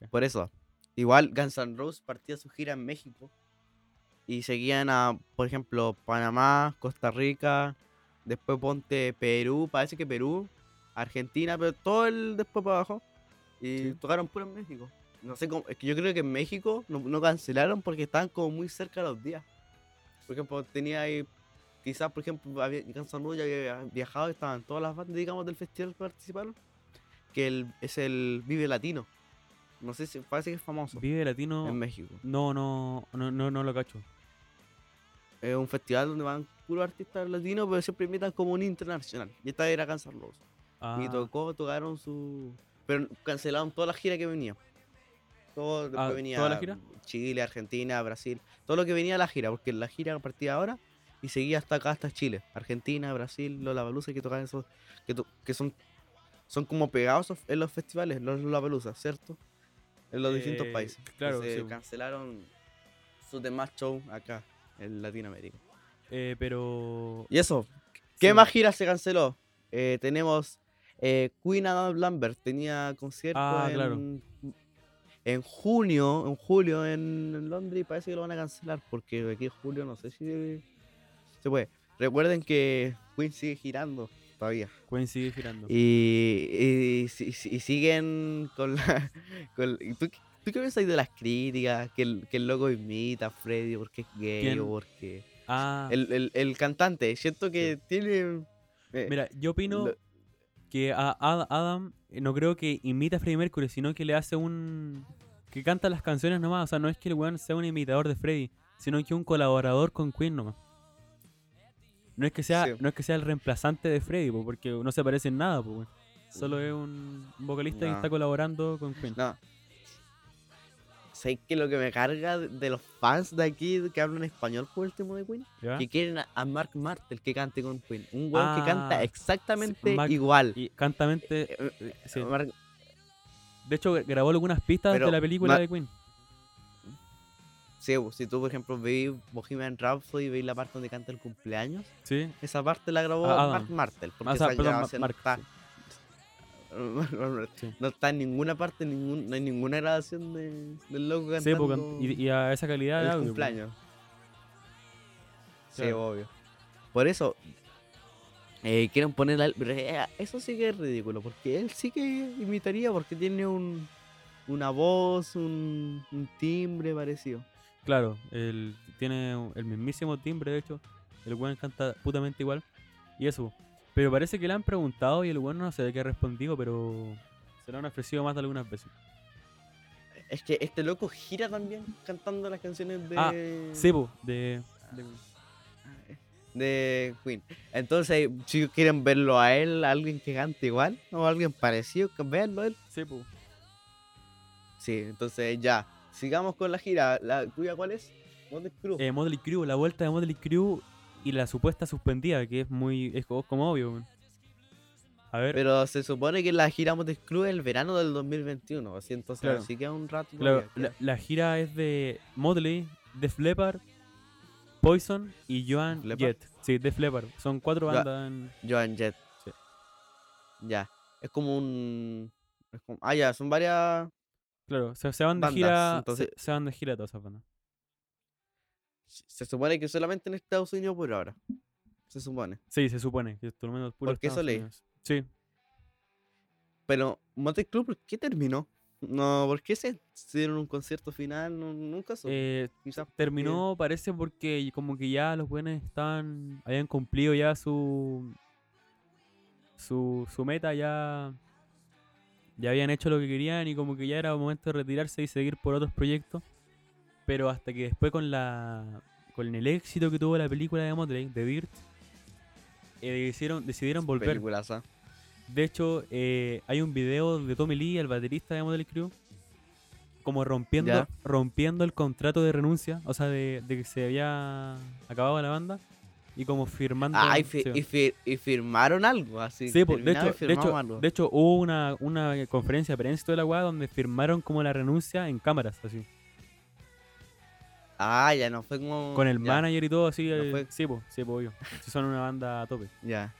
[SPEAKER 2] Ya.
[SPEAKER 1] Por eso. Igual Guns N' Roses partía su gira en México. Y seguían a, por ejemplo, Panamá, Costa Rica, después ponte Perú, parece que Perú, Argentina, pero todo el después para abajo. Y
[SPEAKER 2] Sí.
[SPEAKER 1] tocaron puro en México. No sé cómo, es que yo creo que en México no, no cancelaron porque estaban como muy cerca los días. Por ejemplo, tenía ahí, quizás, por ejemplo, había, Guns N' Roses ya había viajado y estaban todas las bandas, digamos, del festival que participaron que el- es el Vive Latino. No sé si parece que es famoso
[SPEAKER 2] Vive Latino.
[SPEAKER 1] en México.
[SPEAKER 2] No, no, no, no, no lo cacho.
[SPEAKER 1] Es un festival donde van puros artistas latinos, pero siempre invitan como un internacional. Y esta era Guns N' Roses. Y
[SPEAKER 2] Ah.
[SPEAKER 1] tocó, tocaron su. Pero cancelaron toda la gira que venía. Todo lo
[SPEAKER 2] Ah,
[SPEAKER 1] que venía.
[SPEAKER 2] ¿toda la gira?
[SPEAKER 1] Chile, Argentina, Brasil. Todo lo que venía a la gira, porque la gira partía ahora y seguía hasta acá, hasta Chile. Argentina, Brasil, Lollapalooza, que tocan esos. que, to- que son. son como pegados of- en los festivales, los Lollapalooza, ¿cierto? En los distintos
[SPEAKER 2] Eh,
[SPEAKER 1] países.
[SPEAKER 2] claro,
[SPEAKER 1] Entonces,
[SPEAKER 2] sí, po.
[SPEAKER 1] cancelaron sus demás shows acá, en Latinoamérica.
[SPEAKER 2] Eh, pero.
[SPEAKER 1] Y eso, ¿Qué
[SPEAKER 2] sí.
[SPEAKER 1] más gira se canceló? Eh, tenemos eh, Queen Adam Lambert tenía concierto
[SPEAKER 2] Ah,
[SPEAKER 1] en,
[SPEAKER 2] claro.
[SPEAKER 1] en junio, en julio en, en Londres y parece que lo van a cancelar porque de aquí a julio no sé si se puede. Recuerden que Queen sigue girando todavía
[SPEAKER 2] Queen sigue girando.
[SPEAKER 1] y, y si- si- y siguen con la... [laughs] con- y ¿tú, qué- tú qué piensas de las críticas? Que el, que el loco imita a Freddy porque es gay
[SPEAKER 2] ¿Quién?
[SPEAKER 1] o porque...
[SPEAKER 2] ah,
[SPEAKER 1] El, el- el cantante, siento que tiene... [laughs] eh,
[SPEAKER 2] mira, yo opino
[SPEAKER 1] lo-
[SPEAKER 2] que a Ad- Adam eh, no creo que imita a Freddie Mercury, sino que le hace un. que canta las canciones nomás. O sea, no es que el weón sea un imitador de Freddie, sino que un colaborador con Queen nomás. No es que sea,
[SPEAKER 1] Sí.
[SPEAKER 2] no es que sea el reemplazante de Freddie, po, porque no se parece en nada, po, weón. Solo es un vocalista que
[SPEAKER 1] No.
[SPEAKER 2] está colaborando con
[SPEAKER 1] [laughs]
[SPEAKER 2] Queen.
[SPEAKER 1] No. ¿Sabes que lo que me carga de- de los fans de aquí que hablan español por último de Queen?
[SPEAKER 2] ¿ya?
[SPEAKER 1] Que quieren a, a Mark Martel que cante con Queen. Un weón que
[SPEAKER 2] Ah,
[SPEAKER 1] canta exactamente
[SPEAKER 2] Mark-
[SPEAKER 1] igual.
[SPEAKER 2] Y cantamente.
[SPEAKER 1] Eh,
[SPEAKER 2] eh, sí.
[SPEAKER 1] Mark-
[SPEAKER 2] De hecho, gra- grabó algunas pistas de
[SPEAKER 1] Pero
[SPEAKER 2] la película
[SPEAKER 1] Ma-
[SPEAKER 2] de Queen.
[SPEAKER 1] sí, bo, si tú, por ejemplo, veis Bohemian Rhapsody y veis la parte donde canta el cumpleaños,
[SPEAKER 2] Sí,
[SPEAKER 1] esa parte la grabó
[SPEAKER 2] Ah,
[SPEAKER 1] Mark
[SPEAKER 2] Adam.
[SPEAKER 1] Martel. Porque
[SPEAKER 2] o
[SPEAKER 1] esa
[SPEAKER 2] sea, perdón, Ma-
[SPEAKER 1] grabación
[SPEAKER 2] Mark,
[SPEAKER 1] está- [laughs]
[SPEAKER 2] sí. Sí.
[SPEAKER 1] no está en ninguna parte, ningún, no hay ninguna grabación de- del loco
[SPEAKER 2] Sí,
[SPEAKER 1] cantando.
[SPEAKER 2] porque ant- y, y a esa calidad de
[SPEAKER 1] el
[SPEAKER 2] audio, pues.
[SPEAKER 1] cumpleaños. Sí,
[SPEAKER 2] Claro.
[SPEAKER 1] obvio. Por eso eh, quieren poner al- pero, eh, Eso sí que es ridículo, porque él sí que imitaría, porque tiene un, una voz, un, un timbre parecido.
[SPEAKER 2] Claro, él tiene un- el mismísimo timbre, de hecho. El weón canta putamente igual. Y eso. Pero parece que le han preguntado y el weón no sé de qué ha respondido, pero se lo han ofrecido más de algunas veces.
[SPEAKER 1] Es que este loco gira también cantando las canciones de.
[SPEAKER 2] Ah, Sebo, de. de-
[SPEAKER 1] de Queen. Entonces, si quieren verlo a él, a alguien que cante igual o a alguien parecido, que- véanlo a él.
[SPEAKER 2] Sebo.
[SPEAKER 1] Sí, entonces ya. Sigamos con la gira. ¿La tuya cuál es? ¿Dónde Crew?
[SPEAKER 2] Eh, Motley Crue, la vuelta de Motley Crue y la supuesta suspendida, que es muy. es co- como obvio, weón. A ver,
[SPEAKER 1] Pero se supone que la gira Motley Crue es el verano del 2021, así entonces
[SPEAKER 2] Claro.
[SPEAKER 1] así queda un rato.
[SPEAKER 2] claro,
[SPEAKER 1] todavía,
[SPEAKER 2] la, la gira es de Motley, Def Leppard, Poison y Joan
[SPEAKER 1] Leppard?
[SPEAKER 2] Jett. Sí, Def Leppard. Son cuatro
[SPEAKER 1] Ya.
[SPEAKER 2] bandas en-
[SPEAKER 1] ya. Joan Jett.
[SPEAKER 2] Sí.
[SPEAKER 1] Ya. Es como un. es como- ah, ya, son varias.
[SPEAKER 2] Claro, se, se van de
[SPEAKER 1] Bandas,
[SPEAKER 2] gira. se-
[SPEAKER 1] entonces-
[SPEAKER 2] Se, van de gira todas esas bandas.
[SPEAKER 1] Se supone que solamente en Estados Unidos por ahora. Se supone.
[SPEAKER 2] Sí, se supone. Que por lo menos puro
[SPEAKER 1] Porque eso
[SPEAKER 2] Estados
[SPEAKER 1] leí.
[SPEAKER 2] Unidos. Sí.
[SPEAKER 1] Pero Motley Crue, ¿por qué terminó? No, ¿por qué se hicieron un concierto final? No, nunca supe.
[SPEAKER 2] eh,
[SPEAKER 1] Quizás porque-
[SPEAKER 2] terminó, parece, porque como que ya los buenos estaban. Habían cumplido ya su. Su, su meta, ya. Ya habían hecho lo que querían y como que ya era momento de retirarse y seguir por otros proyectos. Pero hasta que después con la. Con el éxito que tuvo la película de Motley, de Dirt, eh, hicieron- decidieron volver.
[SPEAKER 1] Peliculaza.
[SPEAKER 2] De hecho, eh, hay un video de Tommy Lee, el baterista de Motley Crue, como rompiendo,
[SPEAKER 1] Ya.
[SPEAKER 2] rompiendo el contrato de renuncia, o sea, de, de que se había acabado la banda, y como firmando...
[SPEAKER 1] Ah, y, fi-
[SPEAKER 2] sí.
[SPEAKER 1] y fir- y firmaron algo, así.
[SPEAKER 2] Sí, po,
[SPEAKER 1] terminaron
[SPEAKER 2] de,
[SPEAKER 1] y
[SPEAKER 2] hecho, de,
[SPEAKER 1] firmaron
[SPEAKER 2] hecho,
[SPEAKER 1] algo.
[SPEAKER 2] de hecho, hubo una, una conferencia de prensa y toda la weá donde firmaron como la renuncia en cámaras, así.
[SPEAKER 1] Ah, ya no fue como.
[SPEAKER 2] Con el
[SPEAKER 1] ya,
[SPEAKER 2] manager y todo, así.
[SPEAKER 1] No
[SPEAKER 2] eh,
[SPEAKER 1] fue-
[SPEAKER 2] Sí, po, sí, po, obvio. Si son una banda a tope.
[SPEAKER 1] Ya.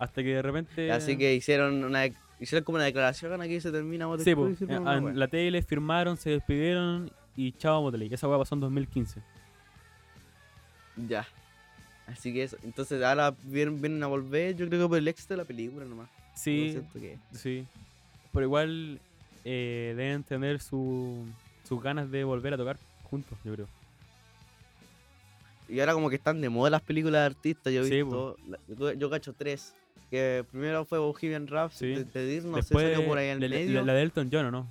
[SPEAKER 2] Hasta que de repente...
[SPEAKER 1] Así que hicieron una dec- hicieron como una declaración aquí se termina Motley
[SPEAKER 2] Sí, po,
[SPEAKER 1] Crue y
[SPEAKER 2] eh,
[SPEAKER 1] firmaron una wea.
[SPEAKER 2] en la tele firmaron, se despidieron y chao Motley. Esa weá pasó en 2015.
[SPEAKER 1] Ya. Así que eso. Entonces ahora vienen, vienen a volver, yo creo que por el éxito de la película nomás. Yo
[SPEAKER 2] Sí,
[SPEAKER 1] siento que-
[SPEAKER 2] sí. Pero igual eh, deben tener su, sus ganas de volver a tocar juntos, yo creo.
[SPEAKER 1] Y ahora como que están de moda las películas de artistas, yo he
[SPEAKER 2] Sí, pues.
[SPEAKER 1] visto, la- yo, yo cacho tres. Que primero fue Bohemian Rhapsody
[SPEAKER 2] Sí.
[SPEAKER 1] de, de Disney, no sé,
[SPEAKER 2] Después,
[SPEAKER 1] salió por ahí en el
[SPEAKER 2] la, la-
[SPEAKER 1] medio.
[SPEAKER 2] la de Elton John, ¿o no?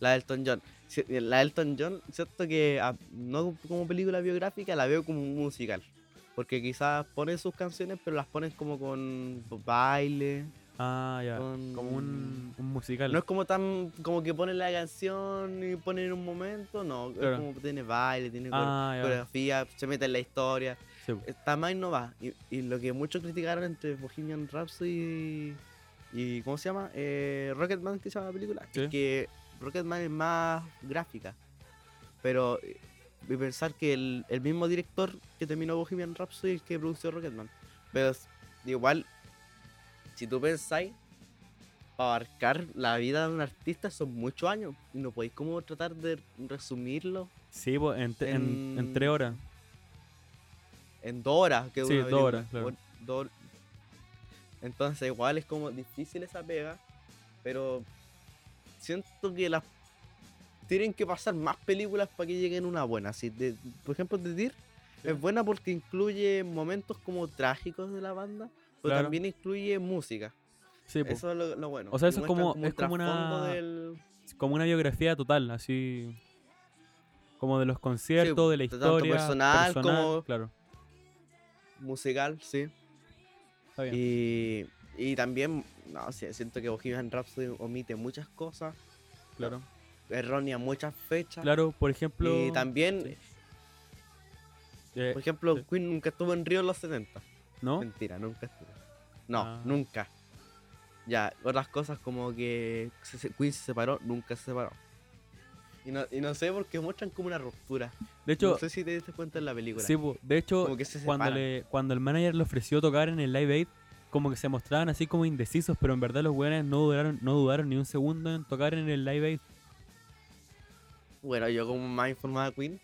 [SPEAKER 1] La de Elton John. Sí, La de Elton John, cierto que ah, no como película biográfica, la veo como un musical. Porque quizás ponen sus canciones, pero las ponen como con baile.
[SPEAKER 2] Ah, ya.
[SPEAKER 1] con...
[SPEAKER 2] Como un, un musical.
[SPEAKER 1] No es como tan. como que ponen la canción y ponen un momento, no.
[SPEAKER 2] Claro.
[SPEAKER 1] Es como tiene baile, tiene core-
[SPEAKER 2] ah, ya.
[SPEAKER 1] coreografía, se mete en la historia.
[SPEAKER 2] Sí, po.
[SPEAKER 1] Está más innovada. Y, y lo que muchos criticaron entre Bohemian Rhapsody y. y ¿Cómo se llama? Eh, Rocketman, que se llama la película.
[SPEAKER 2] Sí.
[SPEAKER 1] Es que Rocketman es más gráfica. Pero. eh, Y pensar que el, el mismo director que terminó Bohemian Rhapsody es el que produjo Rocketman. Pero es- igual, si tú pensáis, para abarcar la vida de un artista son muchos años. Y no podéis como tratar de resumirlo
[SPEAKER 2] Sí, po, en, te- en- en
[SPEAKER 1] en-
[SPEAKER 2] tres horas.
[SPEAKER 1] en dos horas. Que
[SPEAKER 2] Sí,
[SPEAKER 1] una
[SPEAKER 2] dos
[SPEAKER 1] película,
[SPEAKER 2] horas, claro.
[SPEAKER 1] por dos- Entonces, igual es como difícil esa pega, pero siento que las tienen que pasar más películas para que lleguen una buena. Así de- por ejemplo, The Deer
[SPEAKER 2] Sí.
[SPEAKER 1] es buena porque incluye momentos como trágicos de la banda, pero
[SPEAKER 2] Claro.
[SPEAKER 1] también incluye música.
[SPEAKER 2] Sí, po.
[SPEAKER 1] Eso es lo, lo bueno.
[SPEAKER 2] O sea,
[SPEAKER 1] Y
[SPEAKER 2] eso es
[SPEAKER 1] muestran
[SPEAKER 2] como-
[SPEAKER 1] un
[SPEAKER 2] es como una-
[SPEAKER 1] trasfondo del-
[SPEAKER 2] Como una biografía total, así. Como de los conciertos, de la
[SPEAKER 1] tanto
[SPEAKER 2] historia.
[SPEAKER 1] personal
[SPEAKER 2] personal,
[SPEAKER 1] como-
[SPEAKER 2] Claro.
[SPEAKER 1] musical, sí.
[SPEAKER 2] Está bien.
[SPEAKER 1] Y, y también, no sé, siento que Bohemian Rhapsody omite muchas cosas,
[SPEAKER 2] claro.
[SPEAKER 1] errónea muchas fechas.
[SPEAKER 2] Claro, por ejemplo.
[SPEAKER 1] Y también,
[SPEAKER 2] sí. eh,
[SPEAKER 1] por ejemplo,
[SPEAKER 2] sí.
[SPEAKER 1] Queen nunca estuvo en Río en los 70.
[SPEAKER 2] ¿No?
[SPEAKER 1] Mentira, nunca estuvo. No,
[SPEAKER 2] Ah.
[SPEAKER 1] nunca. Ya, otras cosas como que se- se- Queen se separó, nunca se separó. Y no, y no sé porque muestran como una ruptura.
[SPEAKER 2] De hecho,
[SPEAKER 1] no sé si te diste cuenta en la película.
[SPEAKER 2] Sí, po. de hecho,
[SPEAKER 1] Como que se
[SPEAKER 2] cuando,
[SPEAKER 1] separan.
[SPEAKER 2] le, cuando el manager le ofreció tocar en el Live Aid, como que se mostraban así como indecisos, pero en verdad los weones no dudaron, no dudaron ni un segundo en tocar en el Live Aid.
[SPEAKER 1] Bueno, yo como más informada Queen,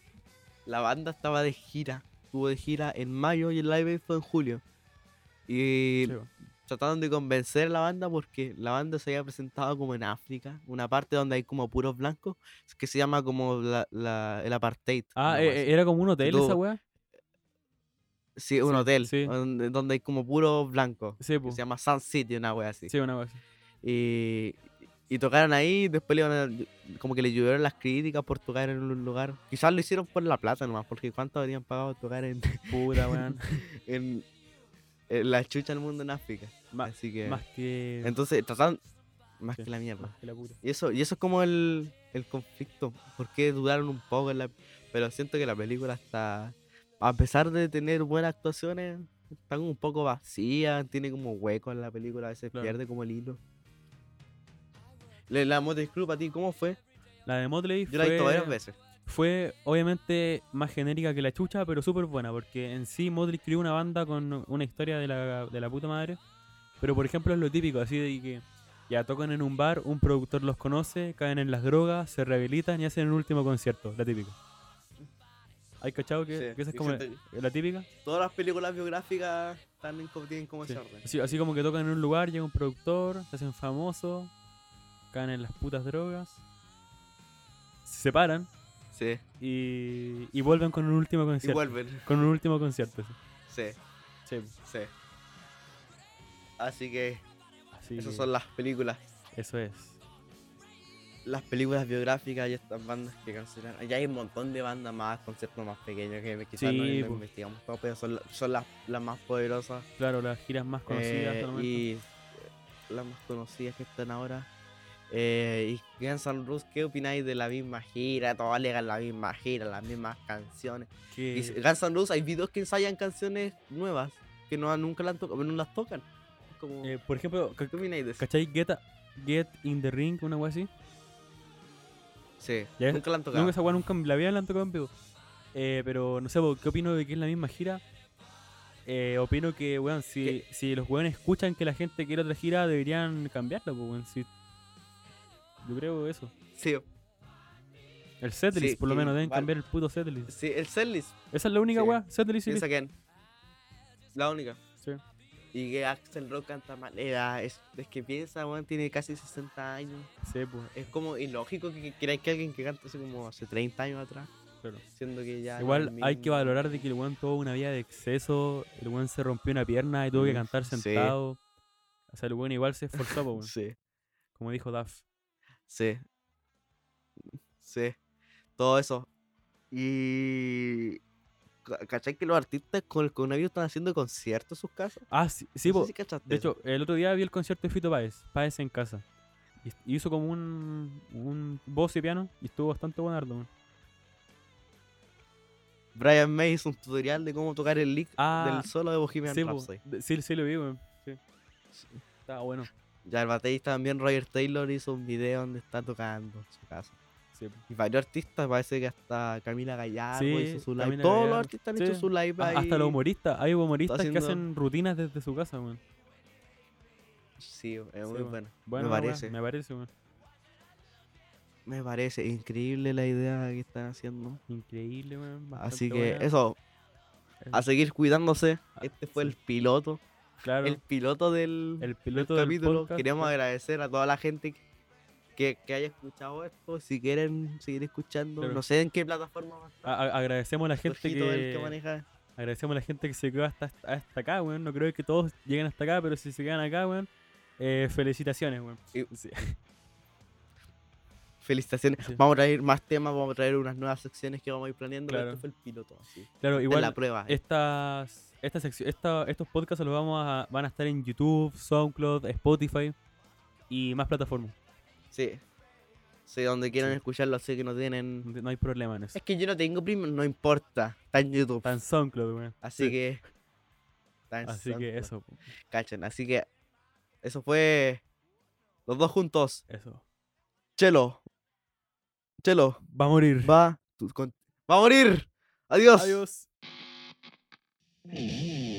[SPEAKER 1] la banda estaba de gira. Estuvo de gira en mayo y el live Aid fue en julio. Y
[SPEAKER 2] Sí, po.
[SPEAKER 1] trataron de convencer a la banda porque la banda se había presentado como en África, una parte donde hay como puros blancos, que se llama como la, la- el apartheid.
[SPEAKER 2] Ah,
[SPEAKER 1] una
[SPEAKER 2] eh,
[SPEAKER 1] wea así.
[SPEAKER 2] eh, era como un hotel
[SPEAKER 1] tú-
[SPEAKER 2] esa weá.
[SPEAKER 1] Sí, un
[SPEAKER 2] sí,
[SPEAKER 1] hotel
[SPEAKER 2] sí.
[SPEAKER 1] Donde, donde hay como puros blancos.
[SPEAKER 2] Sí,
[SPEAKER 1] que
[SPEAKER 2] po.
[SPEAKER 1] Se llama Sun City, una wea así.
[SPEAKER 2] Sí, una weá así.
[SPEAKER 1] Y, y tocaron ahí, después le iban a- como que le llovieron las críticas por tocar en un lugar. Quizás lo hicieron por la plata nomás, porque cuánto habrían pagado tocar en, [laughs]
[SPEAKER 2] Puta, weón.
[SPEAKER 1] en, en la chucha del mundo en África.
[SPEAKER 2] Ma-
[SPEAKER 1] Así que.
[SPEAKER 2] Más que.
[SPEAKER 1] Entonces, trataron. Más
[SPEAKER 2] Sí.
[SPEAKER 1] que la mierda.
[SPEAKER 2] más que la puta.
[SPEAKER 1] Y eso, y eso es como el, el conflicto. Porque dudaron un poco en la. Pero siento que la película está. A pesar de tener buenas actuaciones, está como un poco vacía, tiene como huecos en la película, a veces
[SPEAKER 2] Claro.
[SPEAKER 1] pierde como el hilo. Le, la Motley Crue, para ti, ¿cómo fue?
[SPEAKER 2] La de Motley
[SPEAKER 1] Yo la he visto varias
[SPEAKER 2] fue,
[SPEAKER 1] veces.
[SPEAKER 2] fue obviamente más genérica que la chucha, pero súper buena, porque en sí Motley Crue una banda con una historia de la, de la puta madre. Pero por ejemplo es lo típico, así de que ya tocan en un bar, un productor los conoce, caen en las drogas, se rehabilitan y hacen un último concierto, la típica. ¿Hay cachado que,
[SPEAKER 1] Sí,
[SPEAKER 2] que esa es
[SPEAKER 1] y
[SPEAKER 2] como la,
[SPEAKER 1] siento
[SPEAKER 2] la típica?
[SPEAKER 1] Todas las películas biográficas están en co- tienen como
[SPEAKER 2] Sí.
[SPEAKER 1] ese orden.
[SPEAKER 2] Así, así como que tocan en un lugar, llega un productor, se hacen famosos, caen en las putas drogas, se separan
[SPEAKER 1] Sí,
[SPEAKER 2] y, y vuelven con un último
[SPEAKER 1] y
[SPEAKER 2] concierto.
[SPEAKER 1] vuelven.
[SPEAKER 2] Con un último concierto. sí.
[SPEAKER 1] Sí, sí. Así que
[SPEAKER 2] Así
[SPEAKER 1] esas
[SPEAKER 2] que
[SPEAKER 1] son las películas.
[SPEAKER 2] Eso es.
[SPEAKER 1] las películas biográficas y estas bandas que cancelan. Allá hay un montón de bandas más, conceptos más pequeños que quizás no,
[SPEAKER 2] Sí, pues.
[SPEAKER 1] no
[SPEAKER 2] po.
[SPEAKER 1] investigamos todo, pero son, la- son las, las más poderosas
[SPEAKER 2] Claro, las giras más conocidas. hasta
[SPEAKER 1] eh,
[SPEAKER 2] el momento.
[SPEAKER 1] y eh, las más conocidas que están ahora. Eh, y Guns N' Roses, ¿qué opináis de la misma gira? Todos alegan la misma gira, las mismas canciones.
[SPEAKER 2] Que-
[SPEAKER 1] Y s- Guns N' Roses, hay videos que ensayan canciones nuevas que no, han- nunca las, han tocado, no las tocan. Es Como,
[SPEAKER 2] eh, por ejemplo, ca-
[SPEAKER 1] ¿Qué opináis de eso?
[SPEAKER 2] ¿cachai? Get, a- Get in the Ring, una wea así.
[SPEAKER 1] Sí,
[SPEAKER 2] ya-
[SPEAKER 1] nunca la han tocado.
[SPEAKER 2] Nunca esa wea nunca en la vida la han tocado en vivo. Eh, pero no sé, po, ¿qué opino de que es la misma gira? Eh, opino que, weón, si, si los weones escuchan que la gente quiere otra gira, deberían cambiarla, pues, weón. si- Yo creo eso.
[SPEAKER 1] Sí,
[SPEAKER 2] El setlist,
[SPEAKER 1] Sí,
[SPEAKER 2] por lo
[SPEAKER 1] que
[SPEAKER 2] menos, deben
[SPEAKER 1] val-
[SPEAKER 2] cambiar el puto setlist.
[SPEAKER 1] sí, el setlist
[SPEAKER 2] Esa es la única
[SPEAKER 1] Sí.
[SPEAKER 2] wea, setlist y
[SPEAKER 1] Piensa que la única.
[SPEAKER 2] listo. Sí.
[SPEAKER 1] Y que Axel Rock canta mal. Era, es, es que piensa, weón, tiene casi 60 años.
[SPEAKER 2] Sí, pues,
[SPEAKER 1] Es como ilógico que que queráis que alguien que canta hace como hace 30 años atrás,
[SPEAKER 2] claro.
[SPEAKER 1] siendo que ya. no es
[SPEAKER 2] Igual
[SPEAKER 1] el
[SPEAKER 2] hay que
[SPEAKER 1] mismo.
[SPEAKER 2] valorar de que el weón tuvo una vida de exceso, el weón se rompió una pierna y tuvo que
[SPEAKER 1] Mm,
[SPEAKER 2] cantar
[SPEAKER 1] sí.
[SPEAKER 2] sentado. O sea, el weón igual se esforzó,
[SPEAKER 1] [laughs]
[SPEAKER 2] po, weón,
[SPEAKER 1] Sí,
[SPEAKER 2] como dijo Duff.
[SPEAKER 1] sí. Sí. Todo eso. Y. ca- ¿Cachai que los artistas con el coronavirus están haciendo conciertos en sus casas?
[SPEAKER 2] Ah, sí, sí,
[SPEAKER 1] No sé
[SPEAKER 2] po,
[SPEAKER 1] si cachaste
[SPEAKER 2] de
[SPEAKER 1] eso.
[SPEAKER 2] hecho, el otro día vi el concierto de Fito Páez, Páez en casa. Y est- hizo como un, un voz y piano y estuvo bastante bueno, harto, weón.
[SPEAKER 1] Brian May hizo un tutorial de cómo tocar el lick
[SPEAKER 2] Ah,
[SPEAKER 1] del solo de Bohemian
[SPEAKER 2] Sí, po,
[SPEAKER 1] Rhapsody.
[SPEAKER 2] de- sí, sí lo vi, weón. Sí.
[SPEAKER 1] Sí.
[SPEAKER 2] Estaba bueno.
[SPEAKER 1] Ya el baterista también, Roger Taylor, hizo un video donde está tocando en su casa.
[SPEAKER 2] Sí, po.
[SPEAKER 1] Y varios artistas, parece que hasta Camila Gallardo
[SPEAKER 2] Sí,
[SPEAKER 1] hizo su live.
[SPEAKER 2] Camila
[SPEAKER 1] Todos
[SPEAKER 2] Gallardo.
[SPEAKER 1] los artistas han hecho
[SPEAKER 2] Sí.
[SPEAKER 1] su live
[SPEAKER 2] A-
[SPEAKER 1] ahí.
[SPEAKER 2] Hasta los humoristas, hay humoristas que
[SPEAKER 1] haciendo-
[SPEAKER 2] hacen rutinas desde su casa, weón.
[SPEAKER 1] Sí, es muy
[SPEAKER 2] weón.
[SPEAKER 1] bueno.
[SPEAKER 2] Bueno,
[SPEAKER 1] me parece.
[SPEAKER 2] me parece, weón.
[SPEAKER 1] Me parece increíble la idea que están haciendo.
[SPEAKER 2] Increíble, weón.
[SPEAKER 1] Así
[SPEAKER 2] bastante
[SPEAKER 1] que
[SPEAKER 2] buena.
[SPEAKER 1] eso.
[SPEAKER 2] Es-
[SPEAKER 1] A seguir cuidándose.
[SPEAKER 2] Ah,
[SPEAKER 1] Este fue
[SPEAKER 2] sí.
[SPEAKER 1] el piloto.
[SPEAKER 2] Claro.
[SPEAKER 1] El piloto del,
[SPEAKER 2] el
[SPEAKER 1] del
[SPEAKER 2] piloto del
[SPEAKER 1] capítulo.
[SPEAKER 2] podcast,
[SPEAKER 1] Queremos
[SPEAKER 2] claro.
[SPEAKER 1] agradecer a toda la gente que, que haya escuchado esto. Si quieren seguir escuchando,
[SPEAKER 2] Claro.
[SPEAKER 1] no sé en qué plataforma va a estar.
[SPEAKER 2] A- a- agradecemos a la gente
[SPEAKER 1] Jorgito, el que
[SPEAKER 2] que
[SPEAKER 1] maneja.
[SPEAKER 2] agradecemos a la gente que se quedó hasta, hasta acá, weón. No creo que todos lleguen hasta acá, pero si se quedan acá, weón, eh, felicitaciones, weón.
[SPEAKER 1] Y-
[SPEAKER 2] Sí.
[SPEAKER 1] Felicitaciones.
[SPEAKER 2] Sí.
[SPEAKER 1] Vamos a traer más temas, vamos a traer unas nuevas secciones que vamos a ir planeando. pero
[SPEAKER 2] Claro.
[SPEAKER 1] Este fue el piloto. Así. Esta es
[SPEAKER 2] Claro,
[SPEAKER 1] la
[SPEAKER 2] igual
[SPEAKER 1] prueba. eh.
[SPEAKER 2] estas esta sección, esta- estos podcasts los vamos a van a estar en YouTube, SoundCloud, Spotify y más plataformas.
[SPEAKER 1] Sí. Sí, donde quieran
[SPEAKER 2] Sí.
[SPEAKER 1] escucharlo, así que no tienen.
[SPEAKER 2] No hay problema en eso.
[SPEAKER 1] Es que yo no tengo primo, no importa. Está en YouTube.
[SPEAKER 2] Está en SoundCloud, weón.
[SPEAKER 1] Así
[SPEAKER 2] Sí.
[SPEAKER 1] que. está en
[SPEAKER 2] Así que
[SPEAKER 1] SoundCloud.
[SPEAKER 2] eso, po,
[SPEAKER 1] Cachan. Así que. Eso fue. Los dos juntos.
[SPEAKER 2] eso.
[SPEAKER 1] Chelo. Chelo.
[SPEAKER 2] Va a morir.
[SPEAKER 1] Va. tu- con- va a morir. Adiós.
[SPEAKER 2] Adiós.
[SPEAKER 3] Mm-hmm.